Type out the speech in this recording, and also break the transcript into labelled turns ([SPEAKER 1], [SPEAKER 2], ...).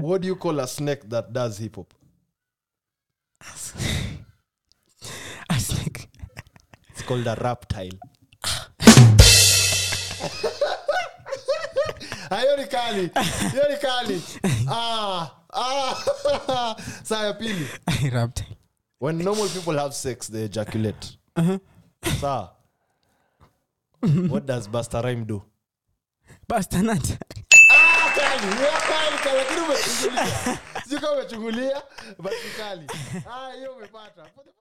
[SPEAKER 1] what do you call a snake that does hip hop?
[SPEAKER 2] I think
[SPEAKER 1] It's called a reptile. Ah, hiyo ni kali hiyo ni kali ah, ah. saa ya pili
[SPEAKER 2] I rubbed.
[SPEAKER 1] when normal people have sex they ejaculate saa what does Busta Rhyme do
[SPEAKER 2] Basta nut.
[SPEAKER 1] Ah, kali. Ni ya kali sana, lakini umechungulia. Sijui kama umechungulia but ni kali Ah, hiyo umepata